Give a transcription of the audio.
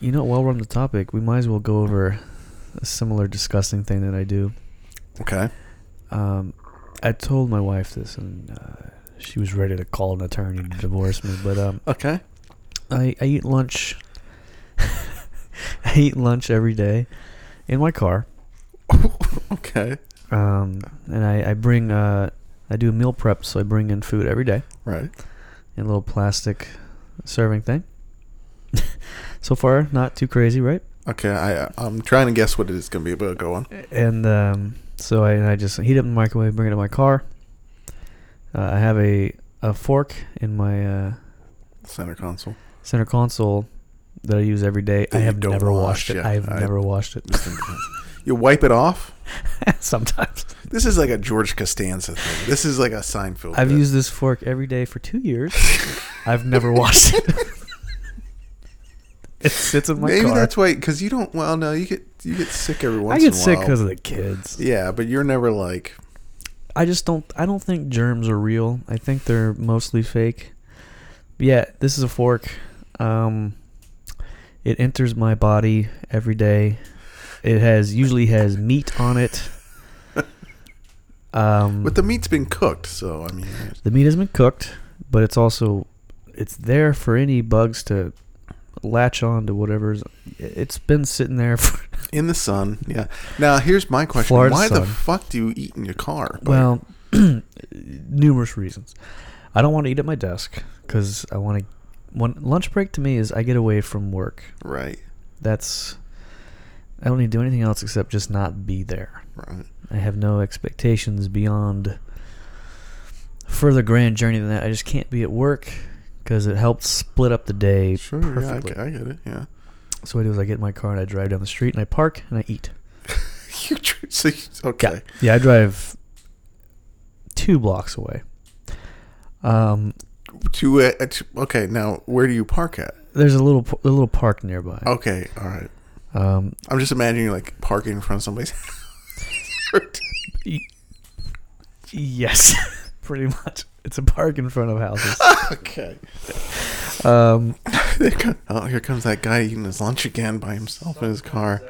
You know, while we're on the topic, we might as well go over a similar disgusting thing that I do. Okay. Um, I told my wife this, and uh, she was ready to call an attorney to divorce me. But um, Okay. I, I eat lunch. I eat lunch every day in my car. Okay. Um, and I, I bring, uh, I do meal prep, so I bring in food every day Right. in a little plastic serving thing. so far, not too crazy, right? Okay. I uh, I'm trying to guess what it is going to be, but go on. And um, so I, I just heat up in the microwave, bring it to my car. Uh, I have a, a fork in my uh, Center console. center console that I use every day. That I you have don't never wash, washed it. yeah. I have I- never washed it. You wipe it off. Sometimes This is like a George Costanza thing. This is like a Seinfeld. I've bit. used this fork every day for two years. I've never washed it. it sits in my Maybe car. that's why, because you don't. Well, no, you get you get sick every once. I get in a sick while. because of the kids. Yeah, but you're never like. I just don't. I don't think germs are real. I think they're mostly fake. Yeah, this is a fork. Um, it enters my body every day. It has usually has meat on it. Um, But the meat's been cooked, so I mean, it- The meat has been cooked, but it's also it's there for any bugs to latch on to whatever's. It's been sitting there. For, in the sun. Yeah. Now here's my question: Florida Why the sun. fuck do you eat in your car? Like, well, numerous reasons. I don't want to eat at my desk because I want to. When lunch break to me is I get away from work. right, That's I don't need to do anything else except just not be there. right. I have no expectations beyond further grand journey than that. I just can't be at work because it helped split up the day Sure. Yeah, I perfectly. get, I get it. Yeah. So what I do is I get in my car and I drive down the street and I park and I eat. You tr- so you- okay. Yeah, I drive two blocks away. Um, To, uh, to okay. Now where do you park at? there's a little p- a little park nearby. Okay. All right. Um, I'm just imagining like parking in front of somebody's. yes, pretty much. It's a park in front of houses. okay. um, They come- oh, here comes that guy eating his lunch again by himself in his car.